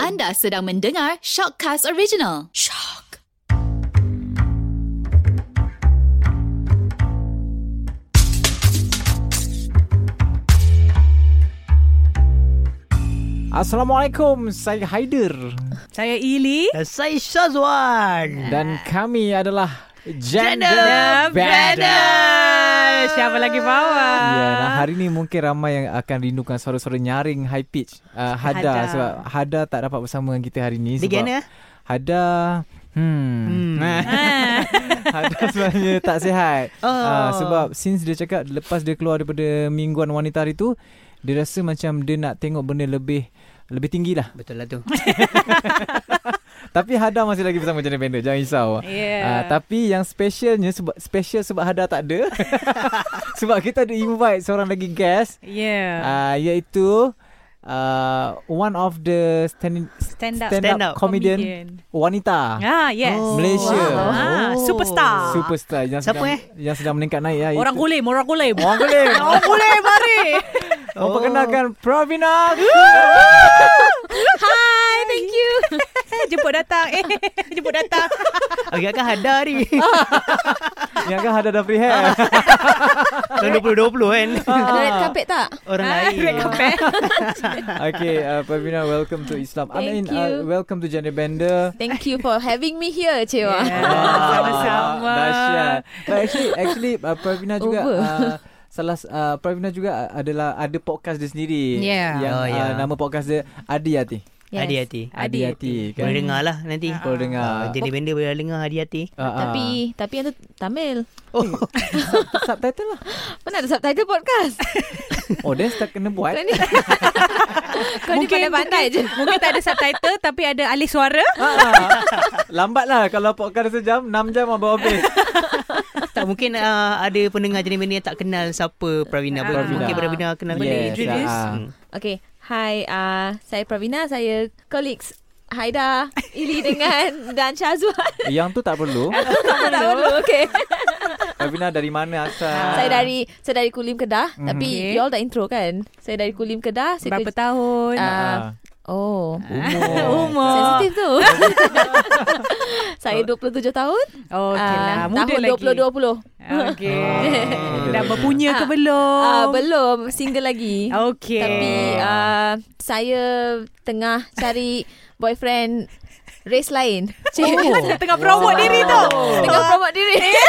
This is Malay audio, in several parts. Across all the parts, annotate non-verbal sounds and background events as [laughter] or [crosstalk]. Anda sedang mendengar Shockcast Original. Shock. Assalamualaikum, saya Haider Saya Ili. Dan saya Syazwan dan kami adalah Gender, Gender Banner. Banner. Siapa lagi bawah? Ya, nah hari ni mungkin ramai yang akan rindukan suara-suara nyaring high pitch. Uh, Hada, Hada. sebab Hada tak dapat bersama dengan kita hari ni Dia sebab gana Hada hmm. [laughs] Hada sebenarnya tak sihat. Oh. Uh, sebab since dia cakap lepas dia keluar daripada mingguan wanita hari tu, dia rasa macam dia nak tengok benda lebih lebih tinggi lah. Betul lah tu [laughs] Tapi Hada masih lagi bersama Jenny Bender Jangan risau Yeah. Ah, Tapi yang specialnya sebab Special sebab Hada tak ada [laughs] Sebab kita ada invite Seorang lagi guest Yeah. uh, Iaitu uh, One of the stand, Stand up. stand, Stand up, up comedian, comedian. Wanita Ah, yes. Oh. Malaysia. Wow. Ah, Oh. superstar. Superstar yang Siapa sedang, eh? Yang sedang meningkat naik ya, Orang iaitu- kulim, orang kulim. Orang kulit orang kulim, mari. Memperkenalkan Oh, Pravina Hi, thank you. Jemput datang. Eh, [laughs] jemput datang. [laughs] Agak-agak hada [laughs] ni Yang kan Hada dah free hair Tahun 2020 kan Ada red carpet tak? Orang lain Red carpet. Okay uh, Pravina welcome to Islam I mean Thank uh, you. welcome to Jenny [laughs] Bender Thank you for having me here, Cewa. Yeah. Ah, Sama-sama. Dahsyat. But actually actually uh, Pravina juga Over. uh, salah s- uh, Pravina juga uh, adalah ada podcast dia sendiri. Yeah. Yang Oh, uh, yeah. nama podcast dia Adiyati. Hati-hati Adiyati kan. Boleh dengar lah nanti Boleh dengar. Oh. Ah, Jadi benda boleh dengar hati-hati Uh, [laughs] Ah. Tapi tapi yang tu Tamil. Oh subtitle lah. Mana ada subtitle podcast? [laughs] Oh, dia tak kena buat. Kau ni Kau ni pandai-pandai je. mungkin, [laughs] mungkin tak ada subtitle tapi ada alih suara. Ah, [laughs] lambat lah kalau podcast sejam 6 jam baru habis Tak mungkin ah, ada pendengar jadi benda yang tak kenal siapa Pravina pun. Ah. Mungkin Pravina kenal Boleh introduce. Hmm. Okay. Hai, uh, saya Pravina. Saya colleagues Haida, Ili [laughs] dengan dan Syazwan. Yang tu tak perlu [laughs] tak perlu. Okay. Pravina dari mana asal Ah. Ah, Saya dari saya dari Kulim Kedah. Tapi Okay. you all dah intro kan? Saya dari Kulim Kedah. Saya Mhm. Berapa kerja- tahun? Ah, Ah, oh. [laughs] Umur [laughs] Umur. Sensitif [laughs] tu. saya 27 tahun. Oh, okay Ah, lah. Muda tahun lagi. Ah, 2020. Okay. Oh. Dah berpunya ke Ah, belum? Ah, belum single lagi. Okay. Tapi uh, saya tengah cari boyfriend race lain. Cik, [laughs] Oh. Tengah promote diri tu. tengah promote diri. Eh,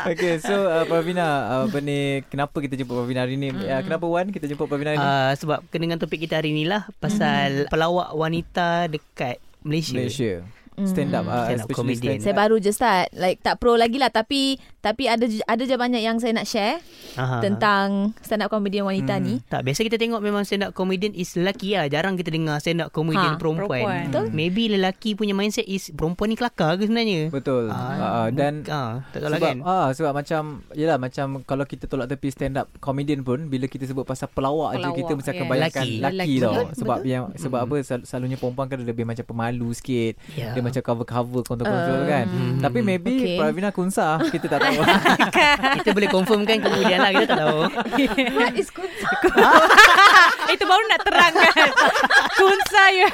Okay so uh, Pravina uh, Apa ni Kenapa kita jumpa Pravina hari ni uh, Kenapa Wan kita jumpa Pravina hari ni Hmm. Ah, Sebab kena dengan topik kita hari ni lah Pasal pelawak wanita dekat Malaysia, Malaysia. Stand up, uh, Hmm. Stand up especially comedian. stand saya up. baru je start. Like tak pro lagi lah tapi tapi ada ada je banyak yang saya nak share Ah. Aha. tentang stand up comedian Hmm. wanita [laughs] ni. Tak, biasa kita tengok memang stand up comedian is lelaki lah. Jarang kita dengar stand up Ha, comedian ha, perempuan. perempuan. perempuan. Maybe lelaki punya mindset is perempuan ni kelakar ke sebenarnya? Betul. Uh, dan ah, tak salah sebab kan? ah sebab macam yalah macam kalau kita tolak tepi stand up comedian pun bila kita sebut pasal pelawak, Pelawak, je kita mesti akan yes. bayangkan Lelaki. lelaki, Lelaki. tau. Betul. Sebab yang sebab Hmm. apa sel- selalunya perempuan kan dia lebih macam pemalu sikit. Ya. Dia macam cover-cover kontrol-kontrol kan. Hmm. Tapi maybe Okay. Pravina Kunsa kita tak tahu. kita boleh confirmkan kemudian lah. Kita tak [laughs] tahu. Kan? What is good? Itu baru nak terangkan. Kun saya.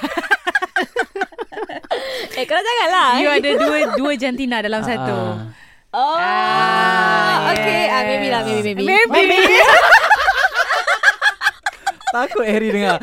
eh korang janganlah. You ada dua dua Ah, jantina dalam [laughs] satu. Oh. Ah, okay, yes. ah, maybe lah, maybe, maybe. [laughs] Maybe. Takut Harry dengar. [laughs]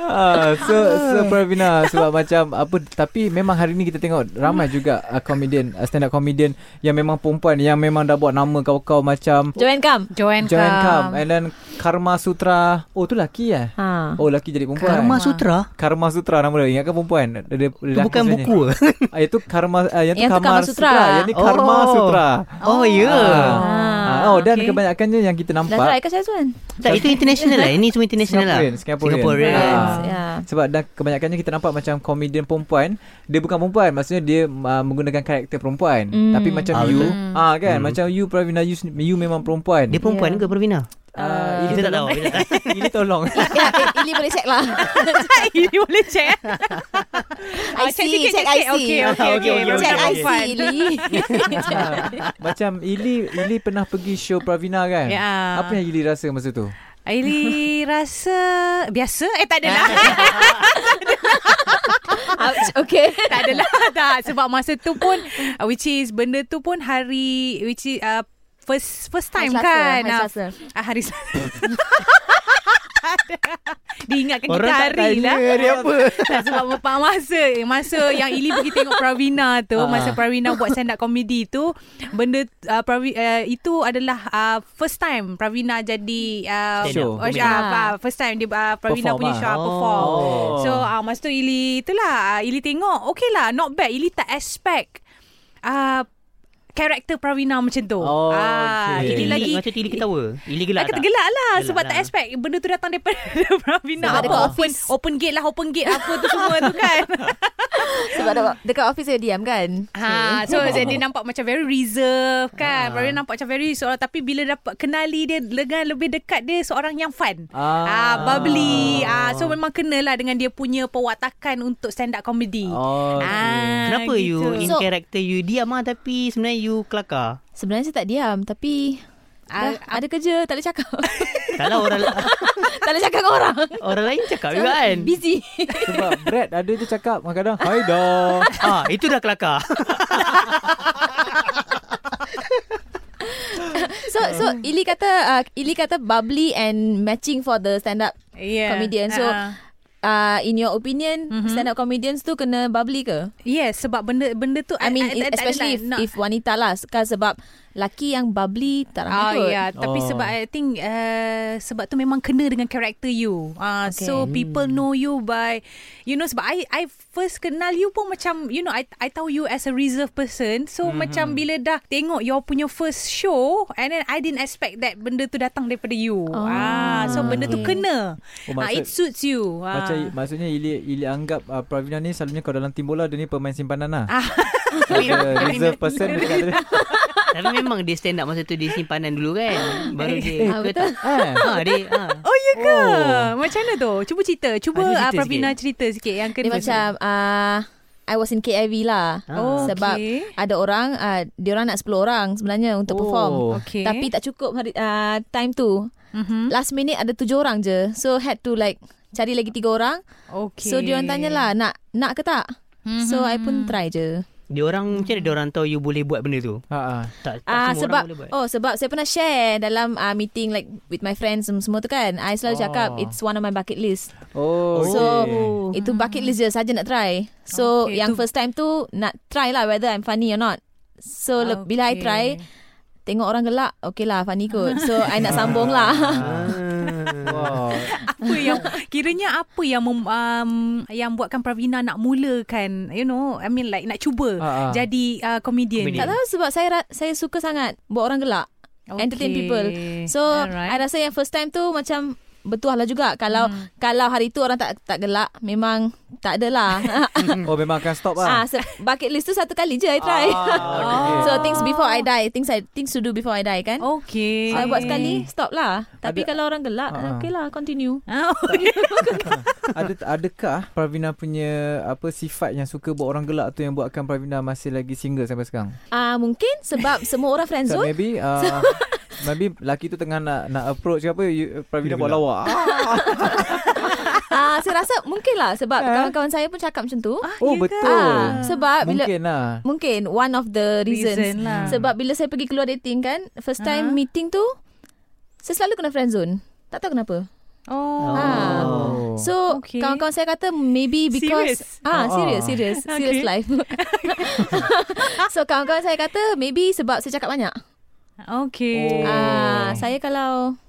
Ah, so so Pravina sebab macam apa tapi memang hari ni kita tengok ramai juga uh, comedian uh, stand up comedian yang memang perempuan yang memang dah buat nama kau-kau macam Joanne come. Joanne Joanne Kam and then Karma Sutra. Oh tu lelaki eh? Ha. Oh lelaki jadi perempuan. Karma Sutra? Karma Sutra nama dia. Ingatkan perempuan. Dia, dia, Itu lelaki bukan sebenarnya. buku eh? ke? Ah, itu Karma ah, Yang yang, tu tu Karma Karma Sutra. Sutra. Yang ni Karma Oh. Sutra. Oh, ya. Ah. Ah, Ah, oh dan okay. kebanyakannya yang kita Dah nampak try ke Syazwan? Tak, itu international lah. Ini semua international lah. Singaporean, Singaporean. Singaporean. Ah. Yeah. Sebab dah kebanyakannya kita nampak macam komedian perempuan, dia bukan perempuan, maksudnya dia uh, menggunakan karakter perempuan. Mm. Tapi macam Ah, you, betul. ah kan, macam you Pravina you, sen- you memang perempuan. Dia perempuan Ya. ke Pervina? Uh, Kita tak tahu. kita tak tahu. [laughs] Ili tolong. Ya, eh, Ili boleh check [laughs] lah. Ili boleh check IC, Oh, check IC. Okay, okay, okay, Okay, Check okay, IC [laughs] Ili. Ah, Macam Ili Ili pernah pergi show Pravina kan? Ya. Apa yang Ili rasa masa tu? Aili rasa biasa eh tak adalah Ouch, okay. tak adalah tak sebab masa tu pun uh, which is benda tu pun hari which is uh, first first time Hari Selasa, kan hari Ah, Selasa. ah, hari Selasa [laughs] diingatkan Orang kita tak hari tanya lah hari apa. [laughs] tak sebab memang masa eh, masa yang Ili pergi tengok Pravina tu Ah. masa Pravina buat stand up comedy tu benda uh, Pravi, uh, itu adalah uh, first time Pravina jadi uh, Stand up oh, comedy. lah. ah, ah, first time dia uh, Pravina Perform punya ah. show ah, perform Oh. Oh. So uh, masa tu Ili itulah uh, Ili tengok okay lah not bad Ili tak expect uh, karakter Pravina macam tu. Oh, Ah, okay. Ili lagi Macam Ili ketawa. Ili gelak Aku tak? tergelak lah Gelak Sebab lah. tak expect Benda tu datang daripada [laughs] Pravina Sebab Apa dekat open, office. open gate lah Open gate apa tu semua tu [laughs] kan Sebab dekat, dekat office dia diam kan. ha, So dia nampak macam Very reserve kan Pravina nampak macam very seorang Tapi bila dapat kenali dia Dengan lebih dekat dia Seorang yang fun Ah, bubbly. Ah, so memang kenalah dengan dia punya pewatakan untuk stand up comedy. Oh. Ah, Kenapa you in So- character you diam ah tapi sebenarnya you kelakar? Sebenarnya saya tak diam tapi Ah, dah, ada kerja tak boleh cakap. [laughs] Taklah orang [laughs] tak boleh cakap dengan orang. orang lain cakap juga kan. Busy. [laughs] [laughs] Sebab Brad ada je cakap kadang-kadang Hai dah. Ah, itu dah [laughs] kelakar. So so Ili kata uh, Ili kata bubbly and matching for the stand up yeah. comedian. So- Ah. uh, in your opinion mm-hmm. stand up comedians tu kena bubbly ke? yeah, sebab benda benda tu I mean I, tak- tak especially if, adalah nak- if wanita lah kan sebab laki yang bubbly tak Ah ramai kot. yeah, tapi Oh. sebab I think uh, sebab tu memang kena dengan karakter you. Ah uh, okay. Okay. so people know you by you know sebab I I first kenal you pun macam you know I I tahu you as a reserve person. Mhm. So mm-hmm. macam bila dah tengok your punya first show and then I didn't expect that benda tu datang daripada you. Oh, Ah so benda tu okay. kena. Oh, ah maksud- it suits you. Ah. Macam maksudnya Ili Ili anggap uh, Pravina ni selalunya kalau dalam tim bola dia ni pemain simpanan [laughs] lah. Ah. Dia reserve person dia cakap tadi. Tapi memang dia stand up masa tu dia simpanan dulu kan. Baru dia. [laughs] Eh, Kau betul. tak- Eh. Ah, dia. ah. Oh ya ke? Oh. Macam mana tu? Cuba cerita. Cuba Ah, cuba ah, cerita Pravina cerita sikit Dia yang kena. macam uh, I was in KIV lah. Oh, sebab okay. ada orang uh, dia orang nak 10 orang sebenarnya untuk Oh. perform. Okay. Tapi tak cukup hari uh, time tu. Mhm. Last minute ada 7 orang je. So had to like cari lagi 3 orang. Okay. Okay. So dia orang tanyalah nak nak ke tak? Mm-hmm. So I pun try je. Dia orang macam mana dia orang tahu you boleh buat benda tu? Ha ah. Tak, tak Ah uh, semua sebab orang boleh buat. oh sebab saya pernah share dalam uh, meeting like with my friends sem- semua tu kan. I selalu Oh. oh. cakap it's one of my bucket list. Oh. So okay. oh. itu bucket list je saja nak try. So okay, Okay, yang tu- first time tu nak try lah whether I'm funny or not. So Ah, okay. bila I try tengok orang gelak, okay lah funny kot. So I Ah. nak sambung [laughs] lah. [laughs] Wow. apa yang kiranya apa yang mem, um, yang buatkan Pravina nak mulakan you know I mean like nak cuba Ah, ah. jadi uh, comedian. tak tahu sebab saya ra- saya suka sangat buat orang gelak. entertain people. So Alright. I Alright. rasa yang first time tu macam bertuah lah juga kalau hmm. kalau hari tu orang tak tak gelak memang tak [laughs] adalah. Oh memang akan stop ah ah. so, bucket list tu satu kali je I try. Ah, so things before I die, things I things to do before I die kan. So, okay. I buat sekali stop lah. Tapi Ada- kalau orang gelak Ah, ah. uh okay lah continue. Ah, [laughs] Ada adakah Pravina punya apa sifat yang suka buat orang gelak tu yang buatkan Pravina masih lagi single sampai sekarang? Ah mungkin sebab semua orang friend So zone. maybe uh, [laughs] maybe laki tu tengah nak nak approach ke apa you, Pravina buat lawak. ah saya rasa mungkin lah sebab Eh? kawan-kawan saya pun cakap macam tu. Ah, oh betul. Ah sebab bila Mungkin lah. Mungkin one of the reasons. Reason lah. Ha? Sebab bila saya pergi keluar dating kan, first time Aha. meeting tu saya selalu kena friend zone. Tak tahu kenapa. oh. Ah. Oh. So Okay. okay. kawan-kawan saya kata maybe because Serious? ah Oh. serious [laughs] serious serious Okay. life. [laughs] so kawan-kawan saya kata maybe sebab saya cakap banyak. Okay. Oh. Ah saya kalau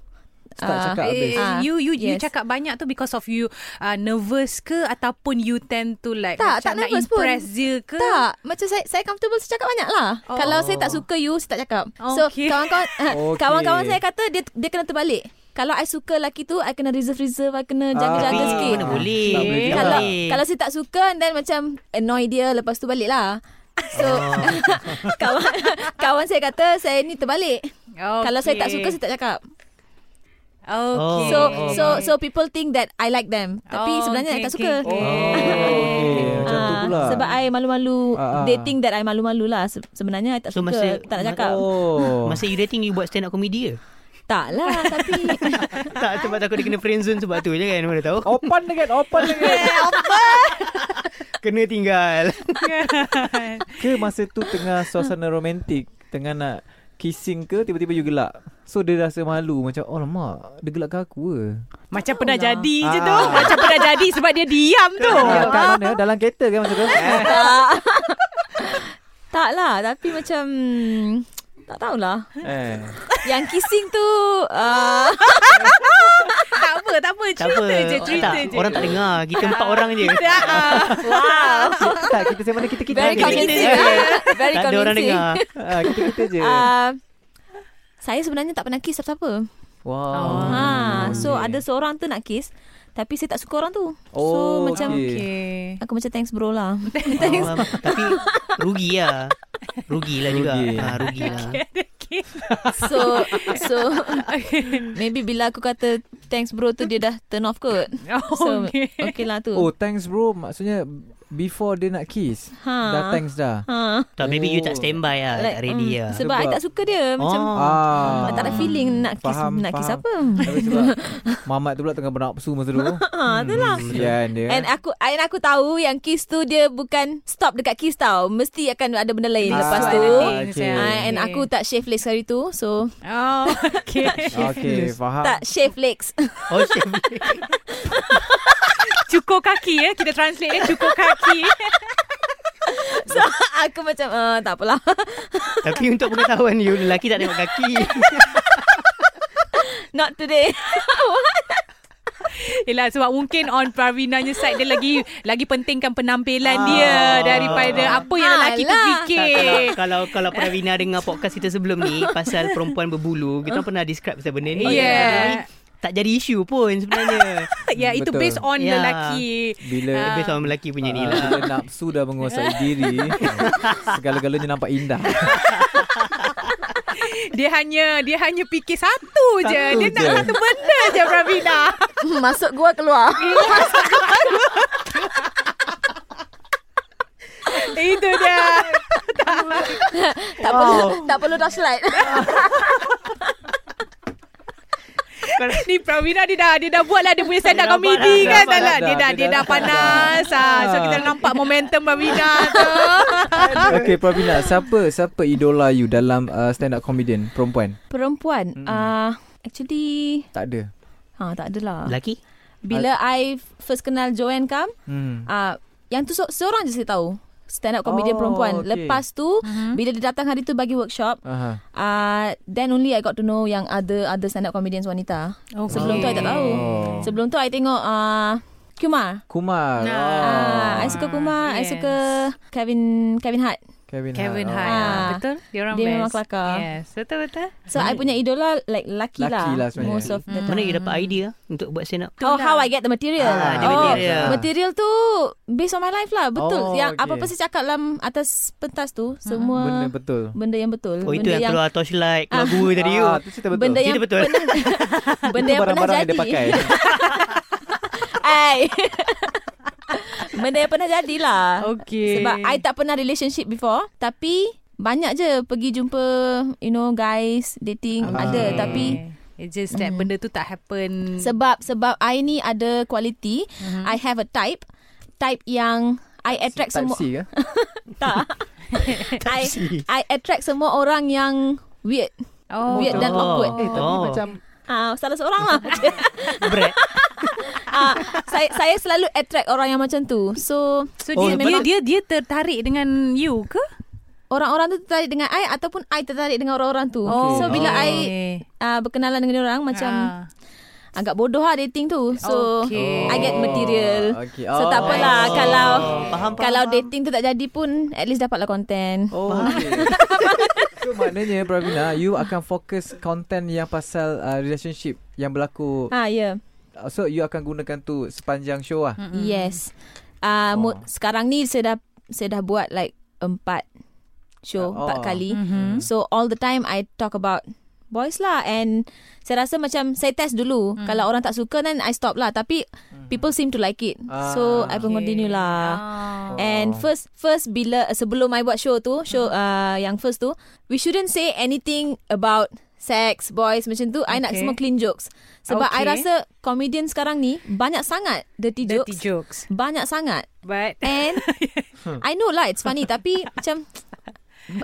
Start ah, cakap habis. Eh, eh, Ah, you you you yes. cakap banyak tu because of you uh, nervous ke ataupun you tend to like Tak, macam tak nak nervous pun. impress dia ke Tak, macam saya saya comfortable saya cakap banyak lah. Hmm. Oh. Oh. Kalau saya tak suka you, saya tak cakap. So Okay. kawan-kawan Okay. okay. kawan-kawan saya kata dia dia kena terbalik. Kalau I suka lelaki tu, I kena reserve-reserve, I kena jaga-jaga Tapi sikit. mana boleh. Tak Ah, boleh juga. Kalau Boleh. kalau saya tak suka dan macam annoy dia lepas tu balik lah. So [laughs] kawan kawan saya kata saya ni terbalik. okay. Okay. Kalau saya tak suka saya tak cakap. Okay. So Oh. so so people think that I like them. Tapi Oh, sebenarnya okay, I tak okay, suka. okay. Oh, [laughs] Okay, macam tu Ah, pula. Sebab I malu-malu Ah, ah. They think that I malu-malu lah Se- Sebenarnya I tak So, suka masa- Tak nak cakap Oh. Masa you dating You buat stand up comedy ke Tak lah Tapi [laughs] [laughs] Tak sebab takut dia kena friend zone Sebab tu je kan Mana tahu Open dekat, open kan. dekat. Kena tinggal [laughs] Ke masa tu tengah suasana romantik Tengah nak kissing ke Tiba-tiba you gelak So dia rasa malu Macam oh lemak Dia gelak ke aku ke [laughs] Macam pernah Tahulah. jadi je tu. Ah. Macam pernah jadi sebab dia diam tu. Ah, Kat mana Dalam kereta kan masa tu Tak Tak lah Tapi macam Tak tahulah eh. Yang kissing tu uh, [laughs] tak apa, tak apa. Tak Cerita apa je, Oh, cerita tak, je. Ah, Orang tak dengar Kita empat orang [laughs] je Wow Tak kita siapa kita kita [laughs] Very je. convincing Kita- ah. Very Tak ada orang convincing dengar Ah, Kita kita je uh, Saya sebenarnya tak pernah kiss siapa-siapa Wow ha, So ada seorang tu nak kiss Tapi saya tak suka orang tu So Oh, macam okay. Aku macam thanks bro [laughs] lah [laughs] Thanks. Oh, um, Tapi rugi lah. Rugi lah juga. Rugi. Ha, rugi lah. Okay. So So Maybe bila aku kata Thanks bro tu Dia dah turn off [laughs] kot So Okay. Oh, Okay lah tu Oh thanks bro Maksudnya Before dia nak kiss ha. Dah thanks dah ha. Tak, maybe you tak standby lah. Like, tak ready mm, lah. Oh. Sebab I Sebab- tak suka dia Macam Ah. Tak ada feeling Nak kiss Faham, Nak kiss faham. apa [laughs] Tapi sebab Mamat tu pula tengah bernapsu masa tu Ha, itulah. Kesian dia And aku and aku tahu yang kiss tu dia bukan stop dekat kiss tau. Mesti akan ada benda lain Ah, lepas tu. okay. Ah, Uh, and aku tak shave legs hari tu. So Oh, okay. Okay faham [laughs] tak shave legs. [laughs] Oh, [laughs] shame. [laughs] Cukur kaki ya. Kita translate ya. Cukur kaki. [laughs] so aku macam uh, tak apalah. [laughs] Tapi untuk pengetahuan you, lelaki tak tengok kaki. Not today. Yelah sebab mungkin on Pravinanya side dia lagi lagi pentingkan penampilan Ah. dia daripada apa yang lelaki tu Alah. tak, fikir. kalau, kalau kalau Pravina dengar podcast kita sebelum ni pasal perempuan berbulu, kita pernah describe pasal benda ni. Yeah. Tak jadi isu pun sebenarnya. Ya itu Betul. based on Ya. lelaki. Bila Ah. Lebih sama lelaki punya ni Ah, lah. Bila nafsu dah menguasai [laughs] diri Segala-galanya nampak indah Dia hanya dia hanya fikir satu je. Satu Dia nak je. satu benda je [laughs] Pravina. Masuk gua keluar. itu dia. tak perlu tak perlu torchlight. Ni Pravina dia dah dia dah buatlah dia punya stand up Dia nampak comedy dah, kan. nampak Dah, dah, dah, dia dah dia dia dah dah panas. ah. So kita nampak momentum Pravina tu. Okay Pravina Siapa siapa idola you Dalam uh, stand up comedian Perempuan Perempuan uh, actually Tak ada ha tak adalah. uh, Lelaki? Bila I first kenal Joanne Kam, hmm. Ah, yang tu se- seorang je saya tahu stand up comedian Oh, oh, perempuan. okay. Okay. Lepas tu uh-huh. bila dia datang hari tu bagi workshop, Aha. uh, then only I got to know yang ada ada stand up comedians wanita. Okay. Sebelum tu I tak tahu. Oh. Sebelum tu I tengok uh, Kumar. Kumar Nah. Ah, oh. I suka Kumar, yes. I Yes. suka Kevin Kevin Hart. Kevin, Kevin Hart, oh. Hart. Ah. Ah. Betul? Dia orang Dia best. memang kelakar. Yes, betul betul. So I punya idola like lelaki Lelaki lah lah, sebenarnya. most of the Mana time. you dapat idea untuk buat stand up? Oh how I get the material. Ah, the oh, material. material tu based on my life lah. Betul. Oh, yang okay. apa-apa saya cakap dalam atas pentas tu semua Oh. Benda betul benda yang betul. Oh, itu benda [laughs] yang keluar torchlight, keluar gua tadi you. ah, tu cerita betul Benda yang Itu betul. pernah Benda Itu yang pernah barang-barang jadi yang dia pakai [laughs] Ai. [laughs] Benda yang pernah jadilah Okay. Ah, Sebab I tak pernah relationship before Tapi Banyak je pergi jumpa You know guys Dating Okay. Ada Tapi It's just that Mm. benda tu tak happen Sebab Sebab I ni ada quality mm-hmm. I have a type Type yang I attract Type semua C ke [laughs] Tak I I attract semua orang yang Weird Oh Weird dan awkward Eh tapi Oh. [laughs] macam Ah, Salah seorang lah Brad. [laughs] Ah, saya saya selalu attract orang yang macam tu. So So Oh, dia, dia memang- dia dia tertarik dengan you ke? orang-orang tu tertarik dengan I ataupun I tertarik dengan orang-orang tu. Oh, So bila okay. I uh, berkenalan dengan orang macam agak bodoh lah dating tu. So Okay. I get material. Oh, okay. So tak apalah Oh. kalau Faham, faham, kalau dating tu tak jadi pun at least dapatlah konten. Oh, okay. so maknanya Pravina You akan fokus Content yang pasal uh, Relationship Yang berlaku Ha ya. Yeah. Uh, So you akan gunakan tu sepanjang show Hmm. lah. Yes. Ah Oh. uh, sekarang ni saya dah saya dah buat like empat show Oh. empat kali. Mm-hmm. So all the time I talk about boys lah and saya rasa macam saya test dulu. Mm. Hmm. Kalau orang tak suka then I stop lah tapi people seem to like it. Mm. Ah. Oh. so I pun continue lah. Ah. And first first bila sebelum I buat show tu, show Mm-hmm. uh, yang first tu, we shouldn't say anything about sex, boys macam tu. I nak Okay. semua clean jokes. Sebab Okay. I rasa comedian sekarang ni banyak sangat dirty, Dirty jokes. jokes. Banyak [laughs] sangat. But And Hmm. I know lah it's funny tapi macam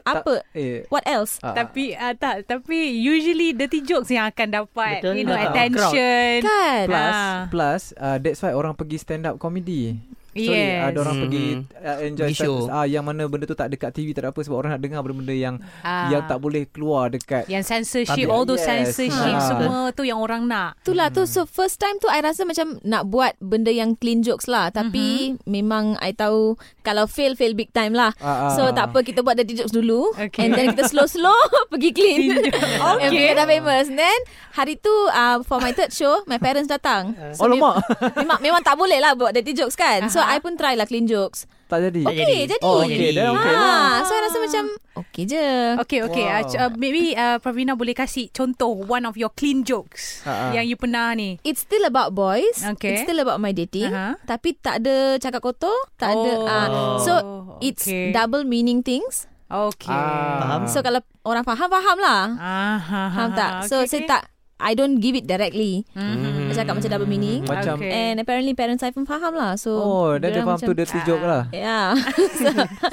apa? Eh, What else? ah, tapi uh, tak tapi usually dirty jokes yang akan dapat Betul. you know Ah. attention. Kan? plus Ah. plus uh, that's why orang pergi stand up comedy. Sorry, Yes. ada orang Mhm. pergi uh, enjoy Pergi show. show. Ah, yang mana benda tu tak dekat TV tak ada apa sebab orang nak dengar benda-benda yang Ah. Ya. yang tak boleh keluar dekat yang censorship Tapi- all those Yes. censorship Ah. semua tu yang orang nak. Itulah hmm. tu So first time tu I rasa macam Nak buat benda yang clean jokes lah Tapi Mhm. Memang I tahu Kalau fail Fail big time lah Ah, ah, So ah. tak apa Kita buat dirty jokes dulu Okay. And then kita slow-slow [laughs] Pergi clean And Okay. kita dah famous Then Hari tu uh, For my third show My parents datang [laughs] so, Oh lemak memang, memang tak boleh lah Buat dirty jokes kan So I pun try lah clean jokes tak jadi. Tak Okay jadi, jadi. Oh okay, Jadi. then okay. lah. Ah. ha, So I rasa macam Okay je Okay, okay. Wow. Uh, Wow. c- uh, maybe uh, Pravina boleh kasih contoh one of your clean jokes Ah, ah. yang you pernah ni. It's still about boys Okay. It's still about my dating Aha. Tapi tak ada cakap kotor Tak ada uh, So It's Oh, okay. double meaning things. Okay. Ah. Faham. So kalau orang faham faham lah. Ah, ah, Faham ah, tak? ah, So saya tak I don't give it directly. Mhm. Saya cakap macam double meaning. Macam Okay. And apparently parents saya pun faham lah. So Oh, then dia diorang faham tu macam, dirty joke lah. [laughs] Yeah.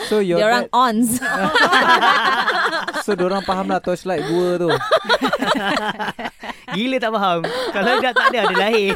So Dia your orang dad, ons. [laughs] so dia orang faham lah torchlight gua tu. Gila tak faham. Kalau dah tak ada, ada lahir.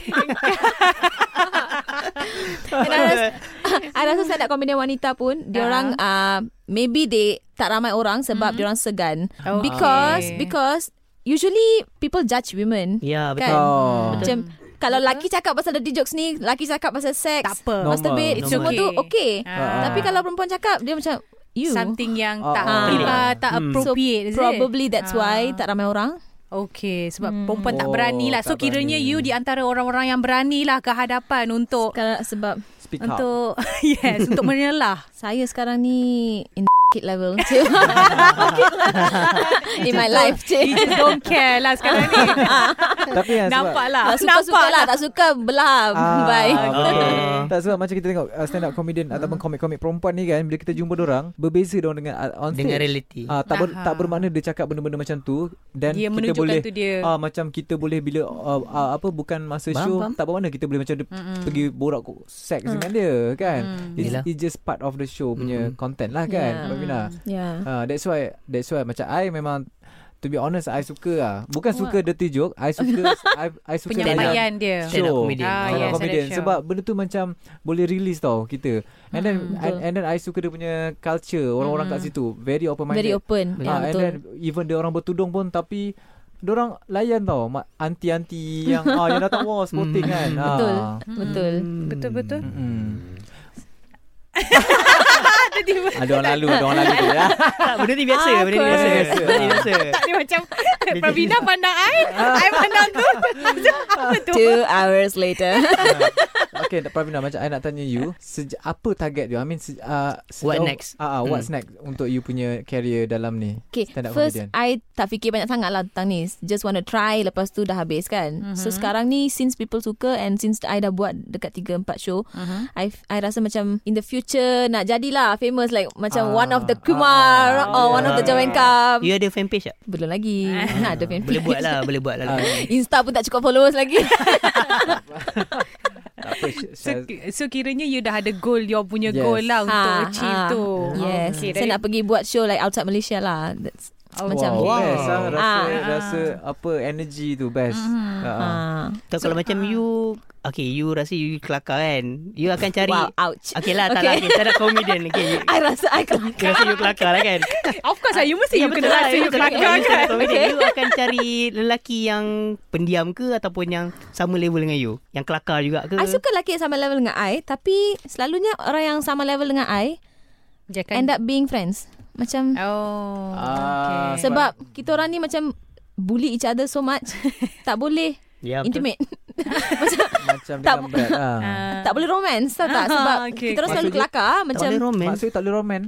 And I rasa, [laughs] I rasa stand up comedian wanita pun dia orang Ah. uh, maybe they tak ramai orang sebab dia orang segan. Mm-hmm. Oh, Okay. Because because usually people judge women. [laughs] ya, betul. Kan? Mm-hmm. Oh. Macam kalau lelaki cakap pasal dirty jokes ni, lelaki cakap pasal seks, Tak apa. No. masturbate, Normal. semua tu Normal. okay. Ah. Tapi kalau perempuan cakap Dia macam You something yang Ah, tak ah. tiba tak Hmm. appropriate is it? Probably that's why Ah. Tak ramai orang Okay sebab perempuan Oh, tak berani lah. So tak kiranya berani. you di antara orang-orang yang berani lah ke hadapan untuk Sekarang, Sebab Speak up. untuk [laughs] yes untuk menelah. Saya sekarang ni In [laughs] kid [laughs] level Cik. In my life You Cik just don't care lah sekarang [laughs] ni. Tapi yang sebab Nampak lah. Tak suka-suka lah Tak suka belah [laughs] Bye Ah, betul. Ah. Tak sebab macam kita tengok uh, stand up comedian ataupun Ah. komik-komik perempuan ni kan bila kita jumpa orang berbeza dia dengan uh, on stage. Dengan realiti. Ah tak ber, Aha. tak bermakna dia cakap benda-benda macam tu dan Dia kita menunjukkan boleh tu dia. ah macam kita boleh bila uh, uh, apa bukan masa Faham, show faham. tak bermakna kita boleh macam dia pergi borak ko- seks Mm. dengan dia kan. It's, Yelah. it's just part of the show punya Mm-mm. content lah Yeah. kan. Yeah. Babina. Yeah Ah that's why that's why macam I memang to be honest I suka lah. Bukan suka dirty joke, I [laughs] suka I, I suka macam- Penyampaian dia. Stand up Show. comedian. Ah, Stand yes, up comedian stand up show. Sebab benda tu macam Boleh release tau kita And then Hmm, and, and then I suka dia punya Culture Orang-orang kat situ Very open minded Very open ah, yeah, And Betul then Even dia orang bertudung pun Tapi Diorang layan tau mak- Anti-anti Yang ah, yang datang [laughs] Wah sporting Mm. kan Betul ah. Hmm. [laughs] Betul Betul betul. [laughs] Mm. Ada Ah, orang lalu Ada orang lalu tu ya. Tak, benda ni biasa. Ah, Benda ni biasa. Benda ni [laughs] biasa. Tak dia macam Pravina pandang I, I pandang tu. Apa tu? Two hours [laughs] later Okay Pravina Macam I nak tanya you seja, Apa target you I mean se, uh, What next? uh, What's Mm. next Untuk you punya Career dalam ni Okay, Stand up first comedian. I tak fikir banyak sangat lah tentang ni. Just want to try, lepas tu dah habis kan. Mm-hmm. So sekarang ni since people suka and since I dah buat dekat 3 4 show, uh-huh. I I rasa macam in the future nak jadilah famous like macam Ah, one of the Kumar ah, or one of the Jawan Kam. You ada fanpage tak? Belum [laughs] lagi. nak ada fan Boleh buat lah. Boleh buat lah. Ah. Insta pun tak cukup followers [laughs] lagi. Tak [laughs] apa, Syaz- So, so kiranya you dah ada goal Your punya Yes. yes. goal lah Untuk Ah, achieve ah. tu yes. Okay, Okay, Saya nak pergi buat show like outside Malaysia lah. That's Oh, macam wow, Wow. best ah, rasa Ah. rasa apa energy tu best. Mm. Uh, ah. Tak, kalau macam you... Okay, you rasa you kelakar kan? You akan cari... Wow, ouch. Okay lah, tak Okay. lah. Okay, stand up comedian. Okay, you, I rasa I you rasa you kelakar lah kan? Of course lah You mesti you kena rasa You kelakar kan Okay. You akan cari lelaki yang pendiam ke ataupun yang sama level dengan you? Yang kelakar juga ke? I suka lelaki yang sama level dengan I Tapi selalunya orang yang sama level dengan I Dia kan End up being friends Macam Oh Ah, okay. Sebab kita orang ni macam Bully each other so [laughs] much Tak boleh Ya, betul. intimate Macam macam tak- dengan Brad [laughs] ah. tak boleh romance Tahu tak Sebab Ah, Okay, kita orang okay. selalu kelakar Tak Macam [laughs] boleh romance. Maksudnya tak boleh roman.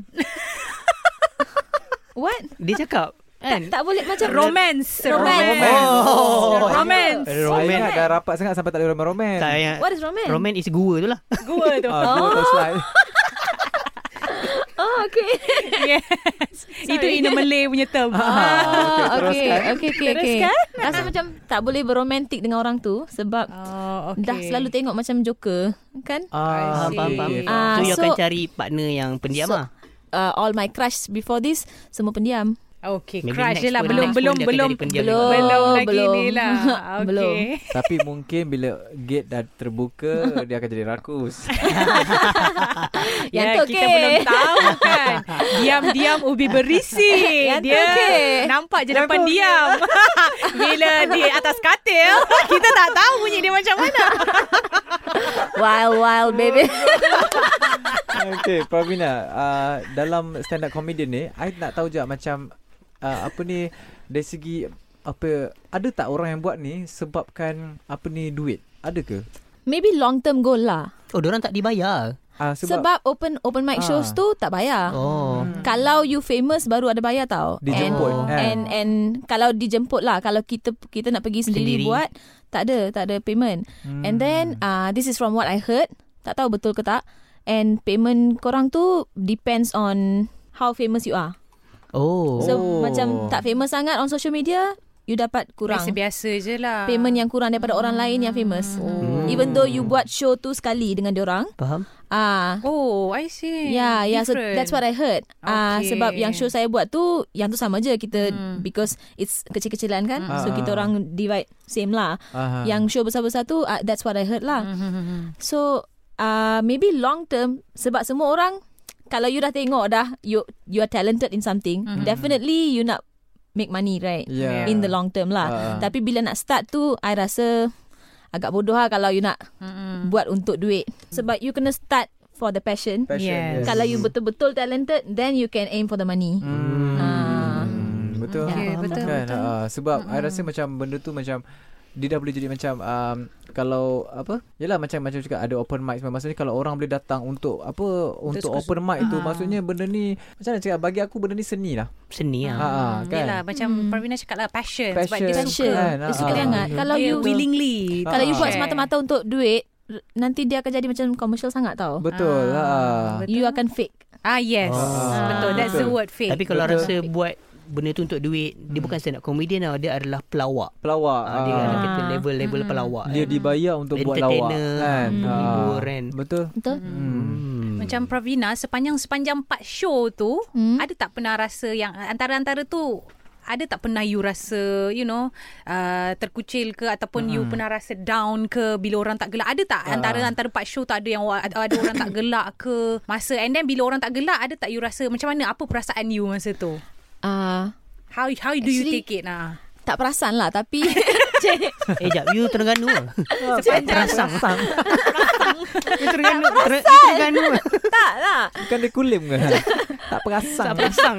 What? Dia cakap kan? Tak boleh macam Romance. Romance. Oh. Romance. Romance. Saya Oh. Romance. ingat dah rapat sangat sampai tak ada romance. Tak yang What is romance? Romance is gua tu lah. Gua tu. Ah, oh. Water slide. [laughs] Oh, [laughs] okay. Yes. [laughs] Itu in a Malay punya term. Ah, Ah, okay, okay, teruskan. okay, okay, okay. Rasa [laughs] macam tak boleh beromantik dengan orang tu sebab Oh, dah selalu tengok macam joker, kan? Ah, Faham, faham, faham. Ah, so, you akan so- cari partner yang pendiam So- lah. Uh, all my crush before this semua pendiam. Okay, Maybe crush next je lah. pun- Belum, next pun belum, dia akan belum. jadi pendiam belum. juga. Belum lagi Belum. ni lah. [laughs] Belum. Okay. Tapi mungkin bila gate dah [laughs] terbuka dia akan jadi rakus. Yang Ya, tu kita okey. belum tahu kan. Diam-diam ubi berisi. Yang tu dia okey. nampak je depan diam. [laughs] Bila di atas katil, [laughs] kita tak tahu bunyi dia macam mana. [laughs] Wild, wild [laughs] baby. okay, Pravina, uh, dalam stand up comedian ni, I nak tahu juga macam uh, apa ni dari segi apa ada tak orang yang buat ni sebabkan apa ni duit? Ada ke? Maybe long term goal lah. Oh, diorang tak dibayar. Uh, Sebab, sebab open open mic Ah. shows tu tak bayar. Oh. Kalau you famous baru ada bayar tau. Dijemput, And, eh. and and kalau dijemput lah kalau kita kita nak pergi sendiri, sendiri. Sendiri. buat tak ada tak ada payment. Hmm. Hmm. And then uh, this is from what I heard. Tak tahu betul ke tak. And payment korang tu depends on how famous you are. Oh. So Oh. oh. macam tak famous sangat on social media, you dapat kurang Biasa-biasa je lah. payment yang kurang daripada orang lain yang famous. Oh. Even though you buat show tu sekali dengan diorang, Faham? ah Oh, I see. Ya, ya. So Different. that's what I heard. Ah, Okay. sebab yang show saya buat tu, yang tu sama je kita because it's kecil-kecilan kan. Hmm. So Ah. kita orang divide same lah. uh, Yang show besar-besar tu, ah, that's what I heard Hmm. lah. Mm-hmm. [laughs] So ah, maybe long term sebab semua orang kalau you dah tengok dah you you are talented in something, definitely you nak make money right Hmm. Yeah. in the long term lah. Ah. Tapi bila nak start tu, I rasa agak bodoh lah kalau you nak Hmm. buat untuk duit. Sebab you kena start for the passion. Yes. Kalau you betul-betul talented, then you can aim for the money. Hmm. Ah. Betul. Ya, Okay, Faham Ya, betul, kan? betul. Ah, sebab mm-hmm. I rasa macam benda tu macam dia dah boleh jadi macam um, kalau apa Yelah macam macam cakap ada open mic semua. maksudnya kalau orang boleh datang untuk apa untuk Terus- open mic tu Ah. maksudnya benda ni macam nak cakap bagi aku benda ni seni lah Seni ha, lah. ha kan Yelah, macam Hmm. Pravina cakap lah, passion. Sebab passion dia Passion. suka. kan? Dia suka Ah. sangat. Kalau Dia you willingly. kalau you Ah. buat Share. semata-mata untuk duit, r- nanti dia akan jadi macam commercial sangat tau. betul Ah, ha, betul. You akan fake. Ah, yes. Ah. Betul. That's the Betul. word, fake. Tapi kalau Betul. rasa buat benda tu untuk duit, dia bukan stand up comedian tau. Dia adalah pelawak. pelawak Ah, Dia ah. ada kata Hmm. level-level pelawak. dia dibayar untuk buat lawak Entertainer, kan Ah, penghibur kan. betul Betul? hmm. Hmm. Macam Pravina sepanjang-sepanjang part show tu hmm? Hmm. ada tak pernah rasa yang antara-antara tu ada tak pernah you rasa you know uh, terkucil ke ataupun hmm. you pernah rasa down ke bila orang tak gelak ada tak antara-antara part show tak ada yang wa- ada orang tak gelak ke masa and then bila orang tak gelak ada tak you rasa macam mana apa perasaan you masa tu Ah, how how do you Actually- take it ah? nah tak perasan lah tapi [laughs] Eh, jap. You Terengganu [laughs] lah. Hmm. Ah, sepanjang [laughs] Terasang. You Terengganu. Ter- You Terengganu [laughs] lah. tak lah. bukan dia kulim ke tak Tak perasan Terasang.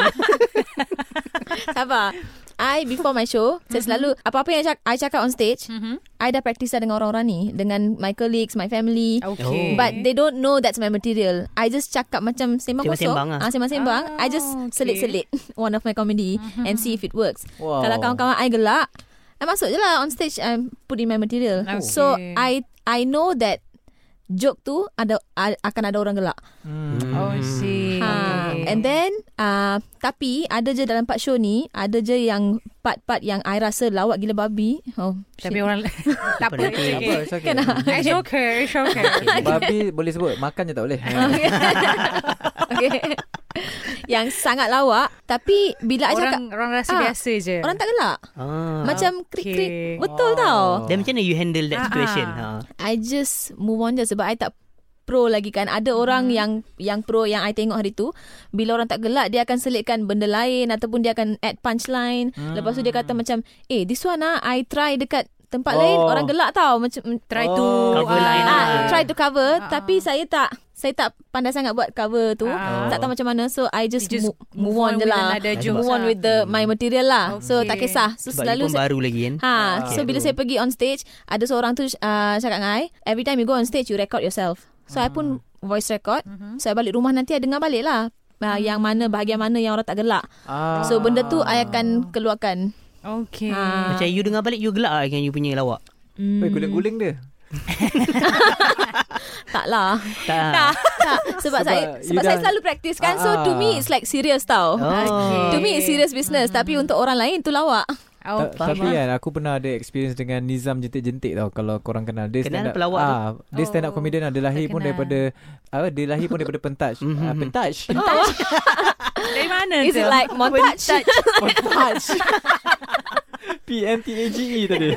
Sabar. I before my show, Mm-hmm. saya selalu apa-apa yang cak, I cakap on stage, I dah practice lah dengan orang-orang ni, dengan my colleagues, my family. okay Oh, But they don't know that's my material. I just cakap macam sembang kosong. Sembang-sembang lah. Ah, sembang-sembang. Ah, I just okay. Mm-hmm. selit-selit [laughs] one of my comedy and see if it works. Wow. Kalau kawan-kawan I gelak, I masuk je lah on stage. I put in my material. Okay. So I I know that joke tu ada a- akan ada orang gelak. hmm. oh see Ha. Okay. And then uh, tapi ada je dalam part show ni, ada je yang part-part yang I rasa lawak gila babi. Oh. tapi shit. orang [laughs] tak apa Tak tak Eh, apa it's okay. it's okay it's okay babi boleh sebut makan je tak boleh Okay. [laughs] okay. [laughs] Yang sangat lawak Tapi bila I cakap orang orang rasa Ah, biasa je Orang tak gelak Ah. Macam okay. krik-krik Betul Oh. tau Then macam mana you handle that Ah, situation? ah. Ha. I just move on je Sebab I tak pro lagi kan Ada Hmm. orang yang Yang pro yang I tengok hari tu Bila orang tak gelak Dia akan selitkan benda lain Ataupun dia akan add punchline Hmm. Lepas tu dia kata macam Eh this one ah I try dekat tempat Oh. lain Orang gelak tau Macam try Oh. to Cover ah, line lah. Ah, try to cover tapi saya tak saya tak pandai sangat buat cover tu. Ah. Tak tahu macam mana. So I just, You just mo- move, on, je with lah. another Sebab- jokes Move on lah. with the my material lah. So Okay. tak kisah. So Sebab selalu you pun saya, baru lagi kan? Ah. ha so Okay. bila saya pergi on stage ada seorang tu uh, cakap dengan I, every time you go on stage you record yourself. So I pun voice record. So I balik rumah nanti I dengar balik lah uh, yang mana bahagian mana yang orang tak gelak. Ah. So benda tu I akan keluarkan. Ah, Okay. Ha. Macam you dengar balik You gelak lah Dengan you punya lawak Weh, guling-guling dia. Taklah. Tak lah. [laughs] tak sebab, Sebab saya you sebab saya dah- selalu practice kan. So to me it's like serious tau. Oh. Ah, Okay. To me it's serious business tapi untuk orang lain tu lawak. Oh, Ta- Tapi kan aku pernah ada experience dengan Nizam jentik-jentik tau kalau korang kenal dia stand Kenal up pelawak tu. ah, dia stand up comedian lah. dia tak lahir pun kenal. daripada apa dia lahir pun daripada [laughs] pentaj Mhm, uh, pentaj dari mana Is it tu? like montage? [laughs] pentaj P N T A G E [laughs] tadi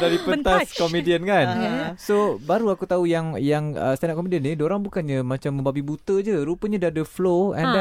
dari pentas Pentaj. komedian [laughs] kan Ya. so baru aku tahu yang yang uh, stand up comedian ni orang bukannya macam membabi buta je rupanya dia ada flow and Ha.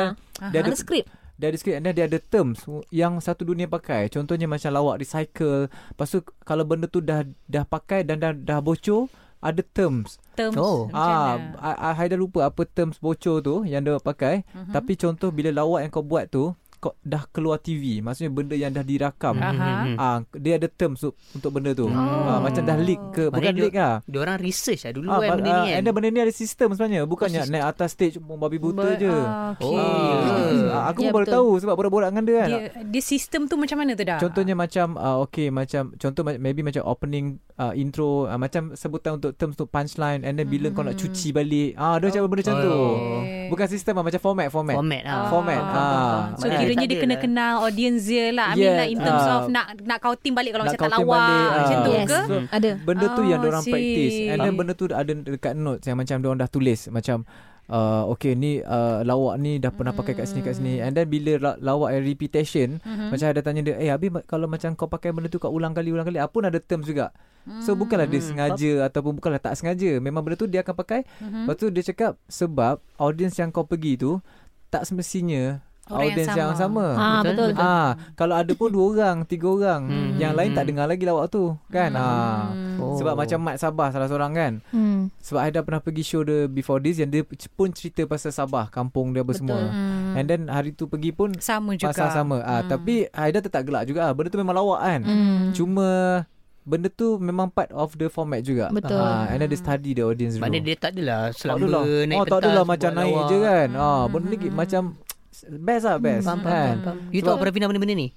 Ah. then dia Ada ada skrip. dia ada sikit and then dia ada terms yang satu dunia pakai. Contohnya macam lawak recycle. Lepas tu kalau benda tu dah dah pakai dan dah dah bocor, ada terms. Terms Oh. macam Ah, mana? I, I Haida lupa apa terms bocor tu yang dia pakai. Mhm. Uh-huh. Tapi contoh bila lawak yang kau buat tu, kau dah keluar TV. Maksudnya benda yang dah Hmm, dirakam. Ah. Uh-huh. Ah, dia ada terms tu, untuk benda tu. Oh. Ah, macam dah leak ke, bukan Maknanya leak lah. Dia orang research lah dulu Ah, kan but, benda ah, ni kan. and then benda ni ada sistem sebenarnya Bukannya naik atas stage Membabi buta But- je ah, Oh. okay. Ah, aku Ya, yeah, pun baru betul. tahu sebab borak-borak dengan dia kan. Dia, dia sistem tu macam mana tu dah? Contohnya macam uh, okay macam contoh ma- maybe macam opening uh, intro uh, macam sebutan untuk terms tu punchline and then bila kau nak cuci balik. Ah dia macam benda macam tu. Okay. Bukan sistem lah macam format format. format lah. Format. Ah, Ah. So Mana Kan? kiranya tak dia ada kena lah. kenal audience dia lah. I mean Yeah, like in terms ah. of nak nak kau team balik kalau Nak macam tak counting lawak balik, macam ah. tu Yes. ke? So, Ada. Benda tu yang Oh, diorang I see. practice And then Ah. benda tu ada dekat notes Yang macam diorang dah tulis Macam Uh, okay ni uh, lawak ni dah pernah pakai kat sini kat Hmm. sini and then bila la- lawak yang repetition mm-hmm. macam ada tanya dia eh habis ma- kalau macam kau pakai benda tu kau ulang kali ulang kali apa pun ada terms juga so Hmm. bukanlah dia sengaja ataupun bukanlah tak sengaja memang benda tu dia akan pakai Hmm. mm-hmm. lepas tu dia cakap sebab audience yang kau pergi tu tak semestinya Orang yang audience yang sama, sama. Ah Betul, betul. betul. Ah, kalau ada pun dua orang, tiga orang, Hmm. yang lain tak dengar lagi lawak tu, kan? Ah. Oh. Sebab macam Mat Sabah salah seorang kan. Hmm. Sebab Haida pernah pergi show dia before this yang dia pun cerita pasal Sabah, kampung dia apa Betul. semua. Hmm. And then hari tu pergi pun Hmm, Sama juga. pasal sama. Ah, tapi Haida tetap gelak juga. Ah, benda tu memang lawak kan. Hmm. Cuma benda tu memang part of the format juga. Betul. Ah, and then dia study the audience dulu. Maknanya dia tak adalah Tak selamba adalah. naik oh, tak pentas, adalah macam buat naik lawak. Hmm. je kan. Ah, benda ni macam best lah best. Faham, faham, kan? faham, faham. You tahu Pravina benda-benda ni?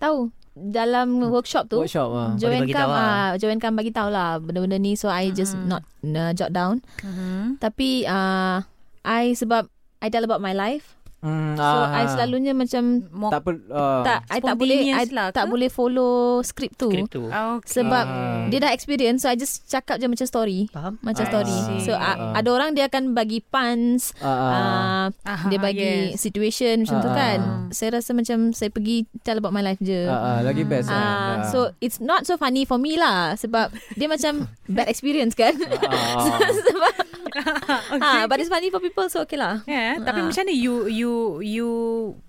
Tahu dalam workshop tu Workshop ah. Joanne bagi Kam tahu lah. ah, Joanne Kam bagi tahu lah benda-benda ni so I just not uh, jot down. Hmm. Tapi uh, I sebab I tell about my life. Hmm, So I selalunya macam Mo- tak per, uh, tak I tak boleh I Spontaneous lah ke? tak boleh follow skrip tu. Skrip tu. Okay. Sebab Ah. dia dah experience so I just cakap je macam story. Faham? Macam I story. So see. uh, Ah. ada orang dia akan bagi puns Ah, ah. uh, Ah, dia bagi yes. situation macam tu Ah. kan. Saya rasa macam saya pergi tell about my life je. Ah, ah, lagi best Ah, kan. so it's not so funny for me lah sebab dia [laughs] macam bad experience kan. Ah. [laughs] sebab [laughs] okay. ah, but it's funny for people so okay lah. Yeah, tapi Ah. macam mana you you you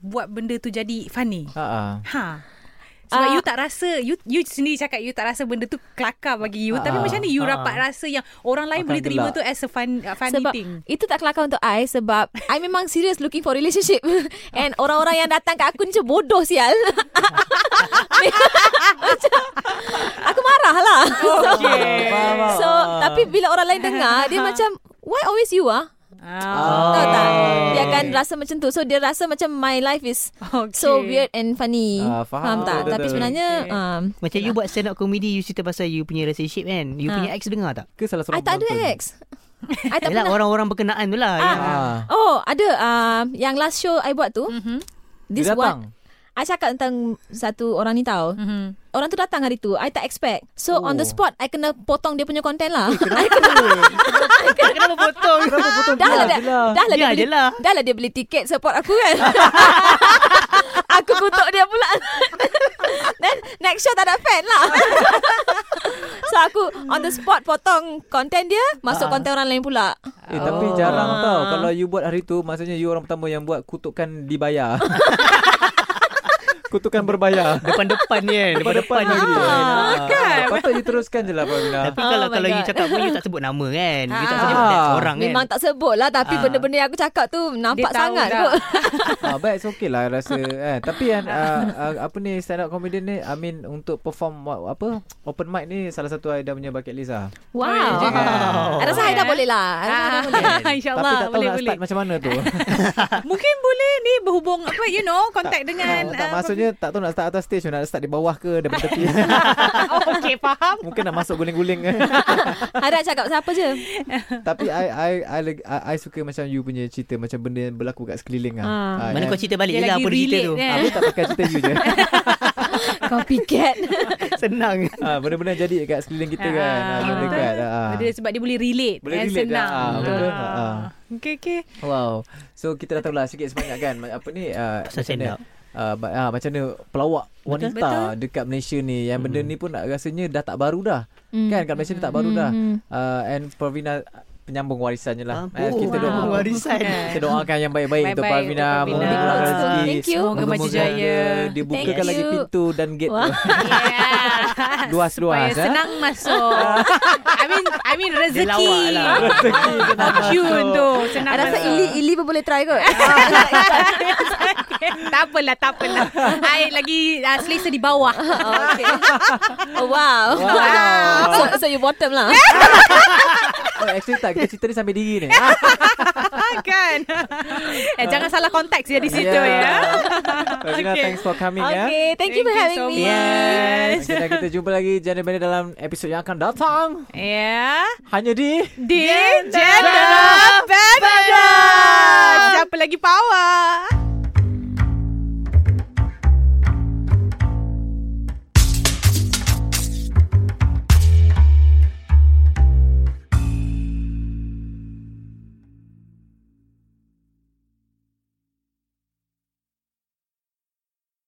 buat benda tu jadi funny? Ah, ah. Ha. Sebab Ah. you tak rasa you you sendiri cakap you tak rasa benda tu kelakar bagi you tapi Ah. macam mana you Ah. rapat rasa yang orang lain Akan boleh terima gelak. tu as a fun uh, funny Sebab thing. itu tak kelakar untuk I sebab I memang serious looking for relationship [laughs] and orang-orang yang datang kat aku ni macam bodoh sial. [laughs] Macam, aku marah lah. [laughs] Okay. Faham, So, faham. so tapi bila orang lain dengar [laughs] dia macam why always you ah? Ah. Tahu tak? Dia akan rasa macam tu. So dia rasa macam my life is Okay. so weird and funny. Ah, faham faham. tak? Betul, Tapi betul. sebenarnya Okay. um, Macam you buat stand up comedy You cerita pasal you punya relationship kan You Ha. punya ex dengar tak? Ke salah I seorang tak ada penonton? ex. I tak Yelah pernah. orang-orang berkenaan tu lah yang- Ah. Oh, ada um, yang last show I buat Hmm. tu. Mm-hmm. This Dia datang. one I cakap tentang satu orang ni tau. Hmm. Mm-hmm. Orang tu datang hari tu. I tak expect. So Oh. Eh, on the spot I kena potong dia punya content lah. [laughs] Kenapa potong? Kenapa potong dah lah dia dia, dah lah dia beli, je lah? Biar je lah. dah lah dia beli tiket support aku kan. aku kutuk dia pula. Then next show tak ada fan lah. so aku on the spot potong konten dia, masuk konten orang lain pula. Eh, tapi jarang tau [laughs] Kalau you buat hari tu Maksudnya you orang pertama yang buat Kutukan dibayar kutukan berbayar. [laughs] Depan-depan ni kan Depan-depan lagi Ah, kan? Patut diteruskan je lah Pamina. Tapi kalau Oh my kalau you God. cakap pun You tak sebut nama kan You tak Ah. sebut that's orang kan Memang tak sebut lah Tapi Ah. benda-benda yang aku cakap tu Nampak Dia tahu sangat dah. [laughs] kot ah, but it's okay lah rasa eh. Tapi kan uh, uh, apa ni stand up comedian ni I mean untuk perform wa- apa open mic ni salah satu Aida punya bucket list lah. Wow Ah. I rasa Haida boleh lah I rasa Haida boleh [laughs] Ah, Tapi InsyaAllah tak tahu boleh nak boleh. start macam mana [laughs] tu. Mungkin boleh ni berhubung apa you know contact [laughs] dengan tak, tak ah, maksudnya tak tahu nak start atas stage nak start di bawah ke daripada tepi. [laughs] [laughs] oh, okay faham. Mungkin nak masuk guling-guling [laughs] kan. Haida cakap siapa je Tapi I I, I leg- I I suka macam you punya cerita macam benda yang berlaku kat sekeliling lah. Ah. Ah, Mana kan? kau cerita Dia balik je lah lagi Apa dia cerita relate tu kan. Aku tak pakai cerita you [laughs] je. Copycat Senang Ah, benda-benda yang jadi kat sekeliling kita Ah, kan. Ah, benda betul. dekat. Ah. Dia sebab dia boleh relate Boleh kan, relate dah. senang. Ah, betul. Ah. Okay okay. Wow. So kita dah tahulah sikit sebanyak kan ma- apa ni uh, Pasal macam stand mana up. uh, ba- ah, macam mana pelawak wanita Betul. Betul. dekat Malaysia ni yang benda ni pun nak rasanya dah tak baru dah. Hmm. Mm. Kan kat Malaysia ni tak baru dah. Uh, and Pravina uh, penyambung warisannya lah. eh, Ah, kita oh, doa. warisan Kan? Kita doakan yang baik-baik untuk Baik-baik Pravina. untuk Moga Pravina. murahkan Betul. [laughs] rezeki. Thank you. Moga maju Moga-moga jaya. Dia, dia Thank bukakan lagi you. pintu dan gate Wah. tu. Yeah. Supaya Luas-luas. eh. senang [laughs] masuk. I mean I mean rezeki. lawak [laughs] lah. Rezeki senang Fortune tu senang I rasa masuk. Ili Ili pun boleh try kot [laughs] Ah. tak apalah, tak apalah. I lagi uh, selesa di [laughs] bawah. Oh, Okay oh, Wow, So, [laughs] so you bottom lah [laughs] Oh, actually tak. Kita cerita ni sampai diri ni. Ah, kan? eh, jangan salah konteks ya [laughs] di situ ya. [laughs] Pravina, Okay. thanks for coming ya. Okay Thank you for having Thank you so me much. Okay, dan kita jumpa lagi Jana Benda dalam episod yang akan datang Ya. hanya di Di Jana Badan. Siapa lagi power?